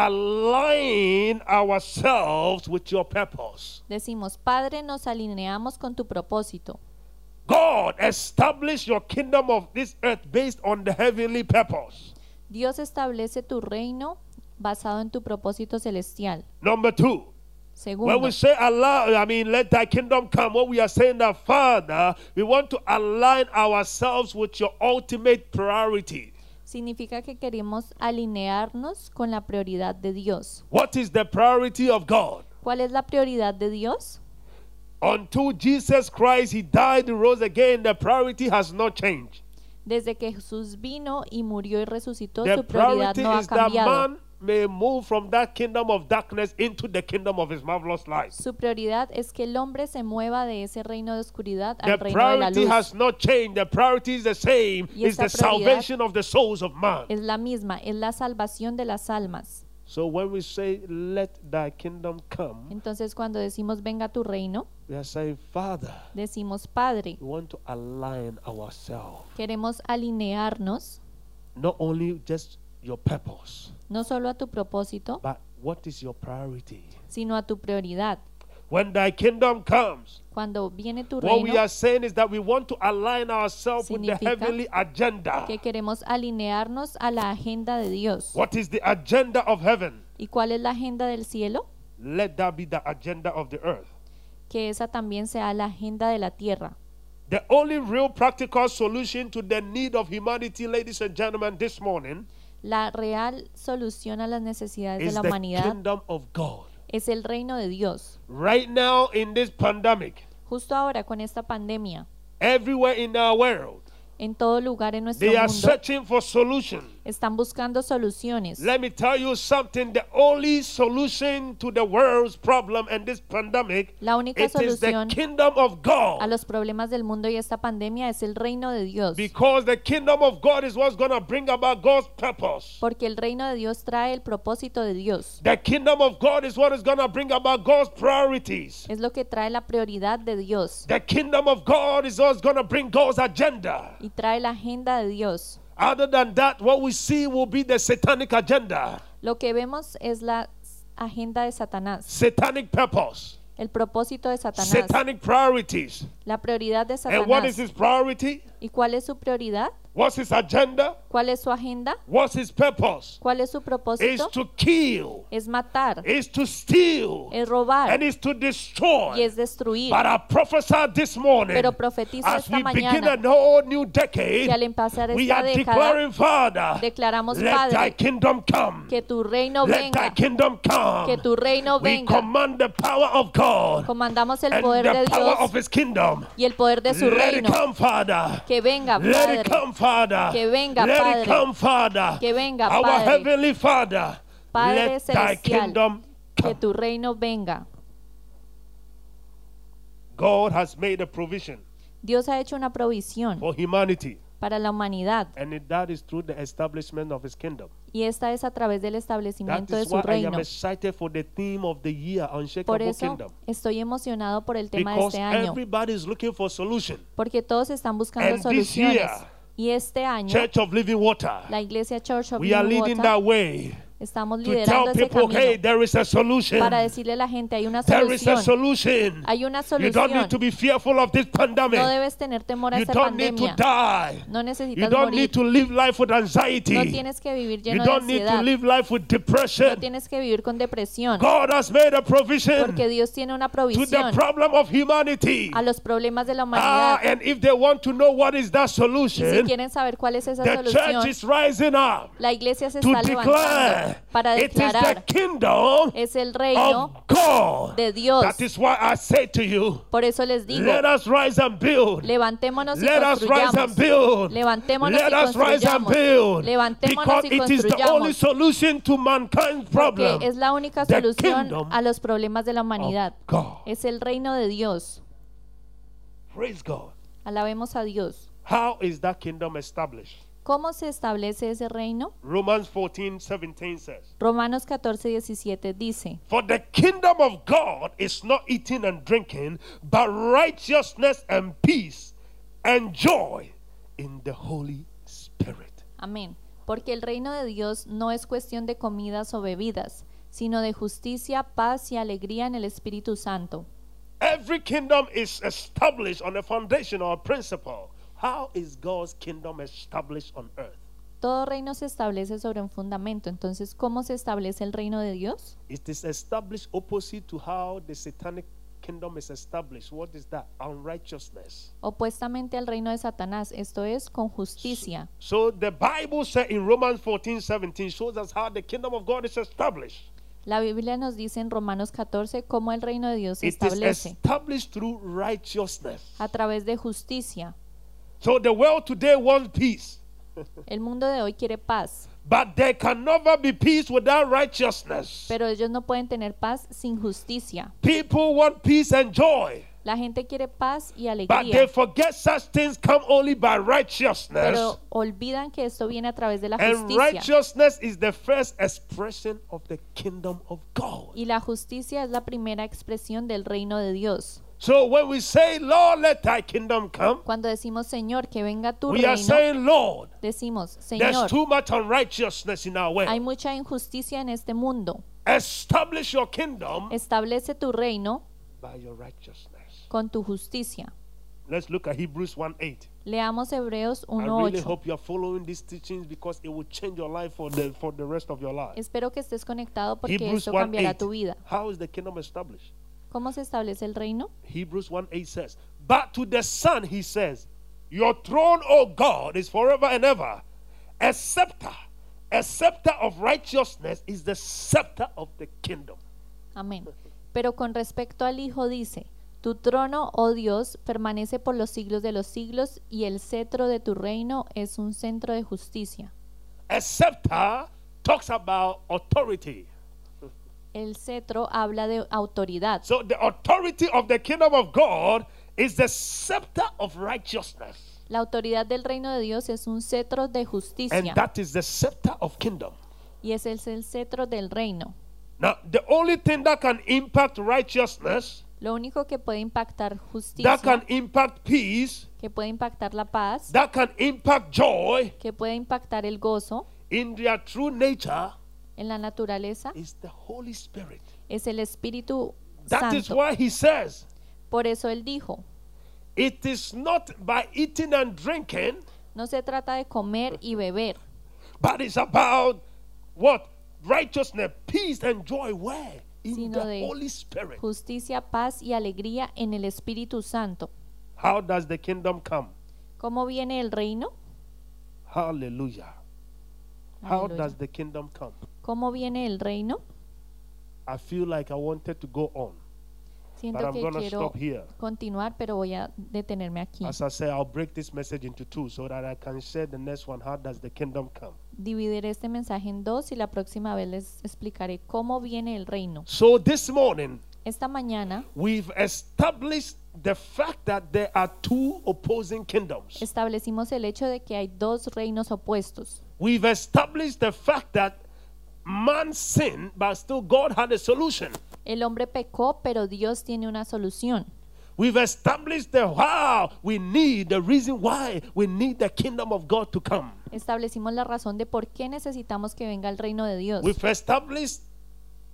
S1: align ourselves with your purpose.
S2: Decimos, Padre, nos alineamos con tu propósito.
S1: God, establish your kingdom of this earth based on the heavenly purpose.
S2: Dios establece tu reino basado en tu propósito celestial.
S1: Number two, when
S2: Segundo,
S1: we say allow, I mean, let thy kingdom come, what we are saying, that Father, we want to align ourselves with your ultimate priority.
S2: significa que queremos alinearnos con la prioridad de Dios.
S1: What is the priority of God?
S2: ¿Cuál es la prioridad de Dios?
S1: Until Jesus Christ, He died, and rose again, the priority has not changed.
S2: Desde que Jesús vino y murió y resucitó,
S1: The
S2: su prioridad
S1: priority
S2: no ha
S1: is that
S2: cambiado.
S1: man may move from that kingdom of darkness into the kingdom of His marvelous light.
S2: Su prioridad es que el hombre se mueva de ese reino de oscuridad
S1: The
S2: al reino de la
S1: priority
S2: luz.
S1: has not changed. The priority is the same.
S2: Y
S1: It's
S2: esa
S1: the salvation of the souls of man.
S2: Es la misma, es la salvación de las almas.
S1: So when we say, "Let Thy kingdom come,"
S2: Entonces cuando decimos venga tu reino,
S1: we are saying, Father,
S2: decimos Padre,
S1: we want to align ourselves
S2: queremos alinearnos
S1: not only just your purpose,
S2: no solo a tu propósito,
S1: but what is your priority?
S2: sino a tu prioridad.
S1: When Thy kingdom comes.
S2: Cuando viene tu
S1: What we
S2: reino,
S1: are saying is that we want to align ourselves with the
S2: Significa
S1: heavenly agenda.
S2: que queremos alinearnos a la agenda de Dios.
S1: What is the agenda of heaven?
S2: ¿Y cuál es la agenda del cielo?
S1: Let that be the agenda of the earth.
S2: Que esa también sea la agenda de la tierra.
S1: The only real practical solution to the need of humanity, ladies and gentlemen, this morning
S2: La real solución a las necesidades de
S1: is
S2: la
S1: the
S2: humanidad
S1: kingdom of God.
S2: es el reino de Dios.
S1: Right now, in this pandemic,
S2: Justo ahora con esta pandemia,
S1: everywhere in our world,
S2: en todo lugar en nuestro
S1: they are
S2: mundo,
S1: searching for solution.
S2: están buscando soluciones.
S1: Let me tell you something the only solution to the world's problem and this pandemic
S2: La única
S1: It is the
S2: solución
S1: kingdom of
S2: a
S1: God.
S2: los problemas del mundo y esta pandemia es el reino de Dios.
S1: Because the kingdom of God is what's going to bring about God's purpose.
S2: Porque el reino de Dios trae el propósito de Dios.
S1: The kingdom of God is what is going to bring about God's priorities.
S2: Es lo que trae la prioridad de Dios
S1: The kingdom of God is what's going to bring God's agenda.
S2: y trae la agenda de Dios.
S1: Other than that, what we see will be the satanic agenda,
S2: Lo que vemos es la s- agenda de Satanás,
S1: satanic purpose,
S2: el propósito de Satanás,
S1: satanic priorities.
S2: la prioridad de
S1: And what is
S2: Satanás.
S1: his priority?
S2: ¿Y cuál es su prioridad?
S1: What's his agenda?
S2: ¿Cuál es su agenda?
S1: What's his purpose?
S2: ¿Cuál es su
S1: Is
S2: propósito?
S1: to kill,
S2: Es matar,
S1: is to steal,
S2: es robar
S1: and is to destroy.
S2: y es destruir.
S1: But I prophesy this morning,
S2: Pero profetizo
S1: as
S2: esta
S1: we begin
S2: mañana
S1: a whole new decade,
S2: que al empezar
S1: we
S2: esta
S1: are
S2: década
S1: declaring, Father,
S2: declaramos,
S1: let thy
S2: Padre,
S1: kingdom come.
S2: que tu reino
S1: let thy
S2: venga,
S1: kingdom come.
S2: que tu reino
S1: we
S2: venga.
S1: command the power of God
S2: Comandamos el
S1: and
S2: poder
S1: the
S2: de
S1: power of
S2: Dios
S1: his kingdom.
S2: y el poder de su
S1: let
S2: reino.
S1: it come, Father.
S2: Que venga,
S1: Let
S2: Padre.
S1: it come, Father.
S2: Que venga,
S1: Let
S2: Padre.
S1: it come, Father.
S2: Que venga,
S1: Our
S2: Padre.
S1: heavenly Father.
S2: Padre
S1: let thy
S2: celestial.
S1: kingdom
S2: Que
S1: come.
S2: tu reino venga.
S1: God has made a provision
S2: Dios ha hecho una provisión
S1: for humanity,
S2: para la humanidad
S1: and it- that is through the establishment of His kingdom.
S2: y esta es a través del
S1: That
S2: establecimiento de
S1: is
S2: su
S1: why I am
S2: reino.
S1: excited for the theme of the year,
S2: Por
S1: Unshakable
S2: eso
S1: Kingdom.
S2: estoy emocionado por el tema de
S1: Because
S2: este año,
S1: everybody is looking for solution.
S2: porque todos están buscando
S1: And this
S2: soluciones.
S1: year,
S2: Y este año,
S1: Church of Living Water.
S2: la iglesia Church of
S1: We are
S2: Living
S1: leading
S2: Water,
S1: that way
S2: estamos
S1: to tell
S2: liderando ese
S1: people, hey,
S2: camino
S1: there is a solution.
S2: para decirle a la gente, hay una
S1: There is a
S2: solución,
S1: solution.
S2: hay una
S1: You don't need to
S2: solución.
S1: be fearful of this
S2: No
S1: pandemic.
S2: debes tener temor a
S1: You
S2: esta
S1: don't need to
S2: pandemia.
S1: die.
S2: No
S1: You
S2: necesitas
S1: don't
S2: morir.
S1: need to live life with
S2: No
S1: anxiety.
S2: tienes que vivir
S1: You
S2: lleno de
S1: don't need to
S2: ansiedad.
S1: live life with
S2: No
S1: depression.
S2: tienes que vivir con depresión.
S1: God has made a provision
S2: Porque
S1: to
S2: Dios tiene una
S1: the
S2: provisión
S1: problem of humanity.
S2: a los problemas de la
S1: Ah,
S2: humanidad.
S1: and if they want to know what is that
S2: Y si
S1: solution,
S2: quieren saber cuál es esa
S1: the church
S2: solución,
S1: is rising up
S2: la iglesia se
S1: to
S2: está levantando
S1: declare
S2: para
S1: it is the
S2: declarar
S1: kingdom
S2: es el reino
S1: of God.
S2: de Dios.
S1: That is why I say to you,
S2: Por eso les digo,
S1: let us rise and build.
S2: levantémonos y
S1: Let us rise and
S2: construyamos.
S1: build.
S2: Levantémonos
S1: Let
S2: y
S1: us rise and
S2: construyamos.
S1: build.
S2: Levantémonos
S1: Because
S2: y
S1: it is the only
S2: construyamos.
S1: solution to mankind's
S2: Porque
S1: problem.
S2: es la única
S1: The
S2: solución
S1: kingdom
S2: a los problemas de la humanidad.
S1: Of God.
S2: Es el reino de Dios.
S1: Praise God.
S2: Alabemos a Dios.
S1: How is that kingdom established?
S2: ¿Cómo se establece ese reino?
S1: Romans 14, 17 says,
S2: Romanos 14, 17 dice,
S1: For the kingdom of God is not eating and drinking, but righteousness and peace and joy in the Holy Spirit.
S2: amén, porque el reino de Dios no es cuestión de comidas o bebidas, sino de justicia, paz y alegría en el Espíritu Santo.
S1: Every kingdom is established on a foundation or a principle. How is God's kingdom established on earth?
S2: Todo reino se establece sobre un fundamento, entonces ¿cómo se establece el reino de Dios?
S1: It is established opposite to how the satanic kingdom is established. What is that? Unrighteousness.
S2: Opuestamente al reino de Satanás, esto es con justicia.
S1: So the Bible said in Romans 14 17 shows us how the kingdom of God is established.
S2: La Biblia nos dice en Romanos 14 cómo el reino de Dios se
S1: It is
S2: establece
S1: established through righteousness.
S2: a través de justicia.
S1: So the world today wants peace,
S2: El mundo de hoy quiere paz,
S1: but there can never be peace without righteousness.
S2: pero ellos no pueden tener paz sin justicia.
S1: People want peace and joy.
S2: La gente quiere paz y
S1: But they
S2: alegría,
S1: forget such things come only by righteousness.
S2: pero olvidan que esto viene a través de la
S1: And
S2: justicia.
S1: righteousness is the first expression of the kingdom of God.
S2: Y la justicia es la primera expresión del reino de Dios.
S1: So when we say, Lord, let thy kingdom come,
S2: Cuando decimos Señor, que venga tu
S1: we are
S2: reino,
S1: saying, Lord,
S2: decimos Señor,
S1: there's too much unrighteousness in our
S2: hay
S1: way.
S2: mucha injusticia en este mundo.
S1: Establish your
S2: Eh
S1: kingdom
S2: Establece tu reino
S1: by your righteousness.
S2: con tu justicia.
S1: Let's look at Hebrews 1 8.
S2: Leamos Hebreos
S1: I really
S2: 1.8.
S1: hope you're following these teachings because it will change your life for the, for the rest of your life.
S2: Espero que estés conectado porque
S1: Hebrews
S2: esto
S1: 1
S2: cambiará
S1: 8.
S2: tu vida.
S1: How is the kingdom established?
S2: ¿Cómo se establece el reino?
S1: Hebrews 1 8 says, But to the Son, he says, Your throne, O God, is forever and ever. A scepter, a scepter of righteousness is the scepter of the kingdom.
S2: Amén. Pero con respecto al Hijo dice, tu trono, oh Dios, permanece por los siglos de los siglos y el cetro de tu reino es un centro de justicia.
S1: A scepter talks about authority.
S2: El cetro habla de autoridad.
S1: So the authority of the kingdom of God is the scepter of righteousness.
S2: La autoridad del reino de Dios es un cetro de
S1: And
S2: justicia
S1: that is the scepter of kingdom.
S2: y ese es el cetro del reino.
S1: Now, the only thing that can impact righteousness,
S2: Lo único que puede impactar
S1: that can
S2: justicia,
S1: impact peace,
S2: que puede impactar la paz,
S1: that can impact joy,
S2: que puede impactar el gozo
S1: in their true nature
S2: en la naturaleza,
S1: is the Holy Spirit.
S2: es el Espíritu
S1: That is
S2: Santo.
S1: why he says,
S2: Por eso él dijo,
S1: it is not by eating and drinking,
S2: No se trata de comer y beber,
S1: but it's about what? Righteousness, peace, and joy. Where? In
S2: Sino
S1: the
S2: de
S1: Holy Spirit.
S2: justicia, paz y alegría en el Espíritu Santo.
S1: How does the kingdom come?
S2: ¿Cómo viene el reino?
S1: Hallelujah. How
S2: Aleluya.
S1: does the kingdom come?
S2: ¿Cómo viene el reino?
S1: I feel like I wanted to go on. But
S2: Siento
S1: I'm
S2: que
S1: going to
S2: quiero
S1: stop here.
S2: continuar, pero voy a detenerme aquí.
S1: As I say, I'll break this message into two so that I can share the next one. How does the kingdom come?
S2: Dividiré este mensaje en dos y la próxima vez les explicaré cómo viene el reino.
S1: So this morning,
S2: Esta mañana
S1: we've established the fact that there are two opposing kingdoms.
S2: Establecimos el hecho de que hay dos reinos opuestos.
S1: We've established the fact that man sinned, but still God had a solution.
S2: El hombre pecó, pero Dios tiene una solución.
S1: We've established the how we need, the reason why we need the kingdom of God to come.
S2: Establecimos la razón de por qué necesitamos que venga el reino de Dios.
S1: We've established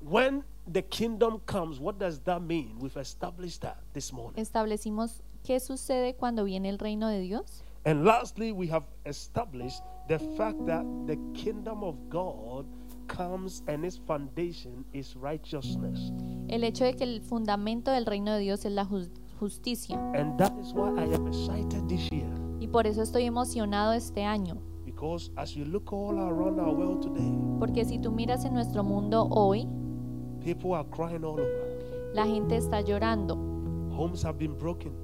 S1: when the kingdom comes, what does that mean? We've established that this morning.
S2: Establecimos qué sucede cuando viene el reino de Dios.
S1: And lastly, we have established the fact that the kingdom of God comes and its foundation is righteousness.
S2: El hecho de que el fundamento del reino de Dios es la jus- justicia.
S1: And that is why I am excited this year.
S2: Y por eso estoy emocionado este año.
S1: Because as you look all around our world today,
S2: Porque si tú miras en nuestro mundo hoy,
S1: people are crying all over.
S2: la gente está llorando.
S1: Homes have been broken,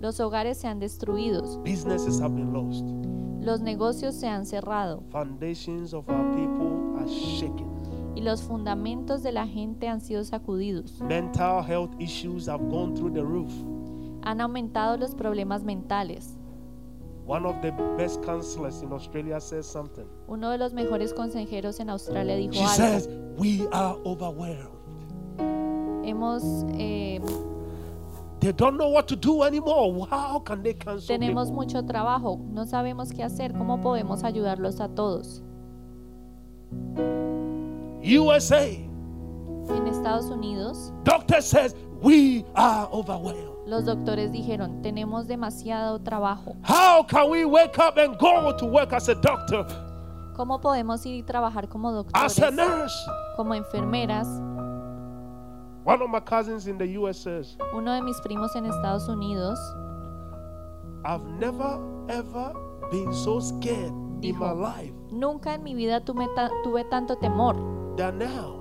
S2: Los hogares se han destruido.
S1: businesses have been lost,
S2: Los negocios se han cerrado.
S1: foundations of our people are shaken,
S2: y los fundamentos de la gente han sido sacudidos.
S1: mental health issues have gone through the roof.
S2: Han aumentado los problemas mentales.
S1: One of the best counselors in Australia says something.
S2: Uno de los mejores consejeros en Australia dijo
S1: She
S2: algo.
S1: says, We are overwhelmed.
S2: Hemos, eh,
S1: They don't know what to do anymore. How can they cancel?
S2: tenemos mucho trabajo, no sabemos qué hacer, cómo podemos ayudarlos a todos.
S1: people? USA.
S2: En Estados Unidos,
S1: Doctor says, We are overwhelmed.
S2: los doctores dijeron, tenemos demasiado trabajo.
S1: How can we wake up and go to work as a doctor,
S2: ¿Cómo podemos ir y trabajar como
S1: as a
S2: doctores,
S1: nurse?
S2: como enfermeras?
S1: One of my cousins in the US says,
S2: Uno de mis primos en Estados Unidos
S1: I've never ever been so scared in my
S2: Hijo.
S1: life
S2: Nunca en mi vida tuve, ta- tuve tanto temor
S1: than now.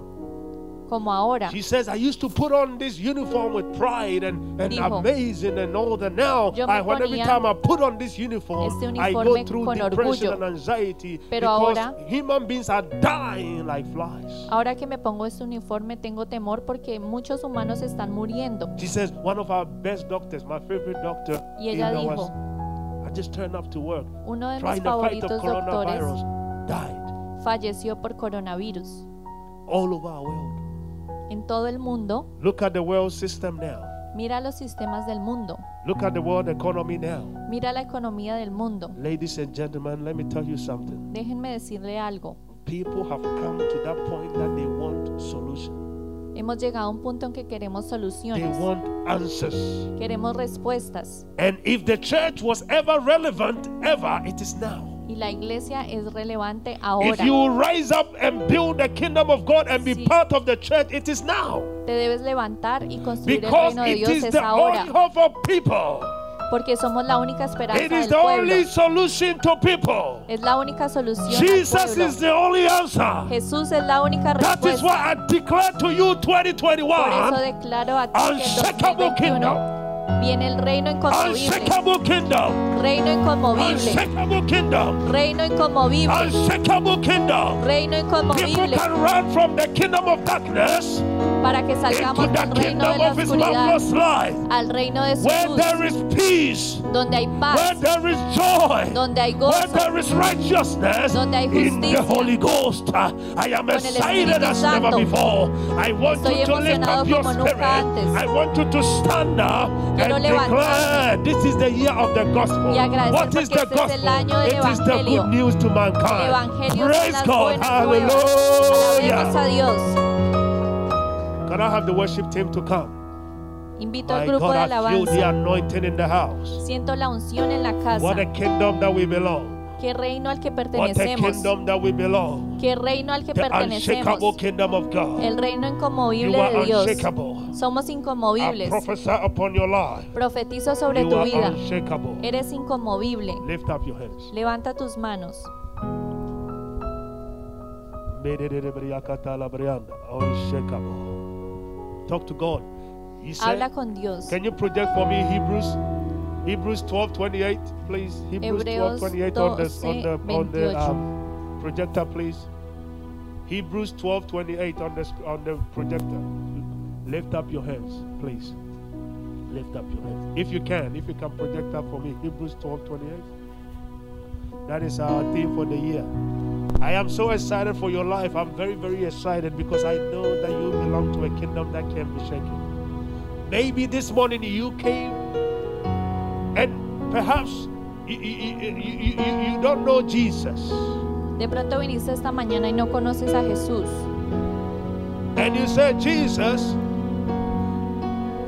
S2: como ahora.
S1: She says, I used to put on this uniform with pride and, and
S2: Dijo,
S1: amazing and all that. Now,
S2: "Yo me
S1: I, when every
S2: ponía
S1: time I put on this uniform,
S2: este
S1: I go
S2: uniforme
S1: through
S2: con
S1: depression
S2: orgullo.
S1: and anxiety
S2: Pero
S1: because
S2: ahora-
S1: human beings are dying like flies.
S2: Ahora que me pongo este uniforme tengo temor porque muchos humanos están muriendo.
S1: She says, one of our best doctors, my favorite doctor,
S2: Y ella
S1: in our-
S2: dijo,
S1: I just turned up to work,
S2: uno de mis
S1: trying to fight the
S2: favoritos doctores
S1: coronavirus, died
S2: falleció por coronavirus.
S1: all over our world.
S2: En todo el mundo,
S1: Look at the world system now.
S2: mira los sistemas del mundo,
S1: Look at the world economy now.
S2: mira la economía del mundo.
S1: Ladies and gentlemen, let me tell you something.
S2: Déjenme decirle algo.
S1: People have come to that point that they want solution.
S2: Hemos llegado a un punto en que queremos
S1: They
S2: soluciones,
S1: want answers.
S2: queremos respuestas.
S1: And if the church was ever relevant, ever, it is now.
S2: Y la iglesia es relevante
S1: If
S2: ahora.
S1: you rise up and build the kingdom of God and be
S2: Sí.
S1: part of the church, it is now.
S2: Te debes levantar y construir el
S1: Because
S2: reino de
S1: it
S2: Dios
S1: is
S2: es
S1: the only
S2: ahora,
S1: hope of people.
S2: porque somos la única esperanza
S1: It is
S2: del
S1: the
S2: pueblo.
S1: only solution to people.
S2: Es la única solución. al
S1: Jesus
S2: pueblo.
S1: is the only answer.
S2: Jesús es la única
S1: That is
S2: respuesta.
S1: why I declare to you
S2: Por eso
S1: 2021
S2: declaro a ti que en
S1: unshakable
S2: 2021
S1: kingdom,
S2: viene el reino inconmovible,
S1: unshakable kingdom,
S2: reino inconmovible,
S1: unshakable kingdom,
S2: reino inconmovible,
S1: unshakable kingdom.
S2: reino
S1: People
S2: inconmovible,
S1: can run from the kingdom of darkness
S2: para que
S1: into
S2: salgamos
S1: the
S2: del reino de
S1: kingdom
S2: la
S1: of His
S2: oscuridad
S1: marvelous light,
S2: al reino de su
S1: where
S2: luz,
S1: there is peace,
S2: donde hay
S1: where
S2: paz,
S1: there is joy,
S2: donde hay
S1: where
S2: gozo,
S1: there is righteousness
S2: Donde hay
S1: in the
S2: justicia.
S1: Holy Ghost. I I am
S2: el
S1: excited
S2: Espíritu
S1: as
S2: Santo.
S1: never before. I want
S2: Estoy
S1: you to lift up
S2: emocionado
S1: your
S2: como nunca
S1: spirit.
S2: antes.
S1: I want you to stand up
S2: Quiero
S1: and declare
S2: levantarme.
S1: this is the year of the gospel.
S2: Y agradecer
S1: What is
S2: porque
S1: the
S2: este es el
S1: gospel?
S2: año del
S1: It is the
S2: Evangelio.
S1: good news to
S2: el
S1: mankind.
S2: evangelio de
S1: Praise
S2: las
S1: God.
S2: buenas nuevas. Alabemos
S1: Hallelujah.
S2: a Dios.
S1: Can I have the worship team to come?
S2: Invito
S1: My
S2: al grupo
S1: God,
S2: de
S1: I feel the
S2: alabanza.
S1: anointing in the house.
S2: Siento la unción en la casa.
S1: What a kingdom that we belong.
S2: Qué reino al que
S1: What a
S2: pertenecemos.
S1: kingdom that we belong.
S2: Qué reino al que
S1: The unshakable
S2: pertenecemos.
S1: kingdom of God.
S2: El reino
S1: You
S2: inconmovible
S1: are
S2: de Dios.
S1: unshakable.
S2: Somos
S1: I
S2: inconmovibles.
S1: prophesy upon your life.
S2: Profetizo sobre
S1: You
S2: tu
S1: are
S2: vida.
S1: unshakable.
S2: Eres inconmovible.
S1: Lift up your hands.
S2: Levanta tus manos.
S1: Unshakable. Talk to God. He said,
S2: Habla con Dios.
S1: Can you project for me Hebrews? Hebrews 12 28, please. Hebrews 12
S2: Hebreos
S1: 28 on the, on the, on the
S2: 12:28.
S1: um, projector, please. Hebrews 12 28 on the, on the projector. Lift up your hands, please.
S3: Lift up your hands.
S1: If you can, if you can project that for me, Hebrews 12 28. That is our theme for the year. I am so excited for your life. I'm very, very excited because I know that you belong to a kingdom that can't be shaken. Maybe this morning you came and perhaps you, you, you, you, you- you don't know Jesus
S2: De pronto viniste esta mañana y no conoces a Jesús.
S1: and you said, Jesus,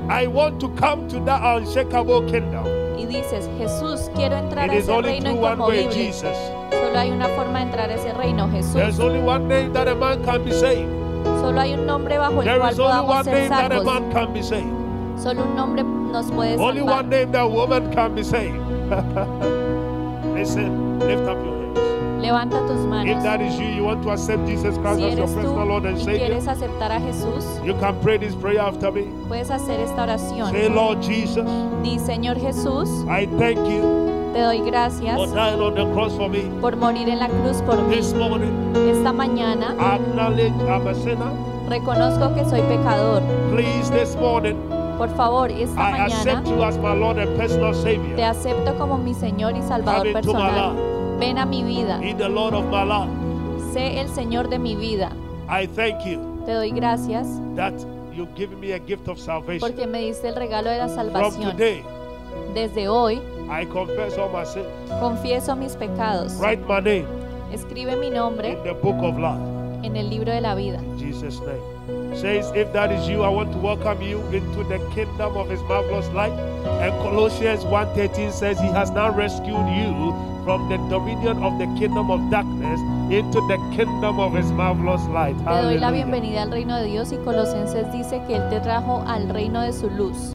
S1: I want to come to that unshakable kingdom.
S2: Y dices, Jesús, quiero entrar
S1: It
S2: a
S1: is
S2: ese
S1: only
S2: reino
S1: through one way,
S2: inconmovible.
S1: Jesus.
S2: Solo hay una forma de entrar a ese reino,
S1: There's
S2: Jesús.
S1: only one name that a man can be saved.
S2: Solo hay un nombre bajo el
S1: There
S2: cual
S1: is only
S2: podamos
S1: one
S2: ser
S1: name that a
S2: salvos.
S1: man can be saved.
S2: Solo un nombre nos puede
S1: Only one
S2: salvar.
S1: name that a woman can be saved. Listen, lift up your hands.
S2: Levanta tus
S1: If
S2: manos.
S1: that is you, you want to accept Jesus Christ
S2: Si
S1: as your
S2: eres tú
S1: personal Lord and
S2: y
S1: Savior,
S2: quieres aceptar a Jesús,
S1: you can pray this prayer after me.
S2: puedes hacer esta oración.
S1: Say, Lord Jesus,
S2: Di, Señor Jesús,
S1: I thank you
S2: te doy gracias
S1: for dying on the cross for me.
S2: por morir en la cruz por mí.
S1: This morning,
S2: Esta mañana
S1: I acknowledge I'm a sinner.
S2: reconozco que soy pecador.
S1: Please, this morning,
S2: Por favor, esta
S1: I
S2: mañana
S1: accept you as my Lord and personal
S2: te
S1: Savior.
S2: acepto como mi Señor y
S1: Come
S2: Salvador
S1: into my
S2: personal.
S1: life.
S2: Ven a mi vida.
S1: Be the Lord of my life.
S2: Sé el Señor de mi vida.
S1: I thank you
S2: Te doy gracias
S1: that you've given me a gift of salvation.
S2: porque me diste el regalo de la
S1: From
S2: salvación.
S1: today,
S2: Desde hoy
S1: I confess all my sins.
S2: confieso mis pecados.
S1: Write my name
S2: Escribe mi
S1: in
S2: nombre
S1: the book of life.
S2: en el libro de la vida.
S1: In Jesus' name. Says, if that is you, I want to welcome you into the kingdom of his marvelous light. And Colossians 1.13 says, He has now rescued you from the dominion of the kingdom of darkness into the kingdom of his marvelous light.
S2: Te doy la
S1: Hallelujah.
S2: bienvenida al reino de Dios y Colosenses dice que Él te trajo al reino de su luz.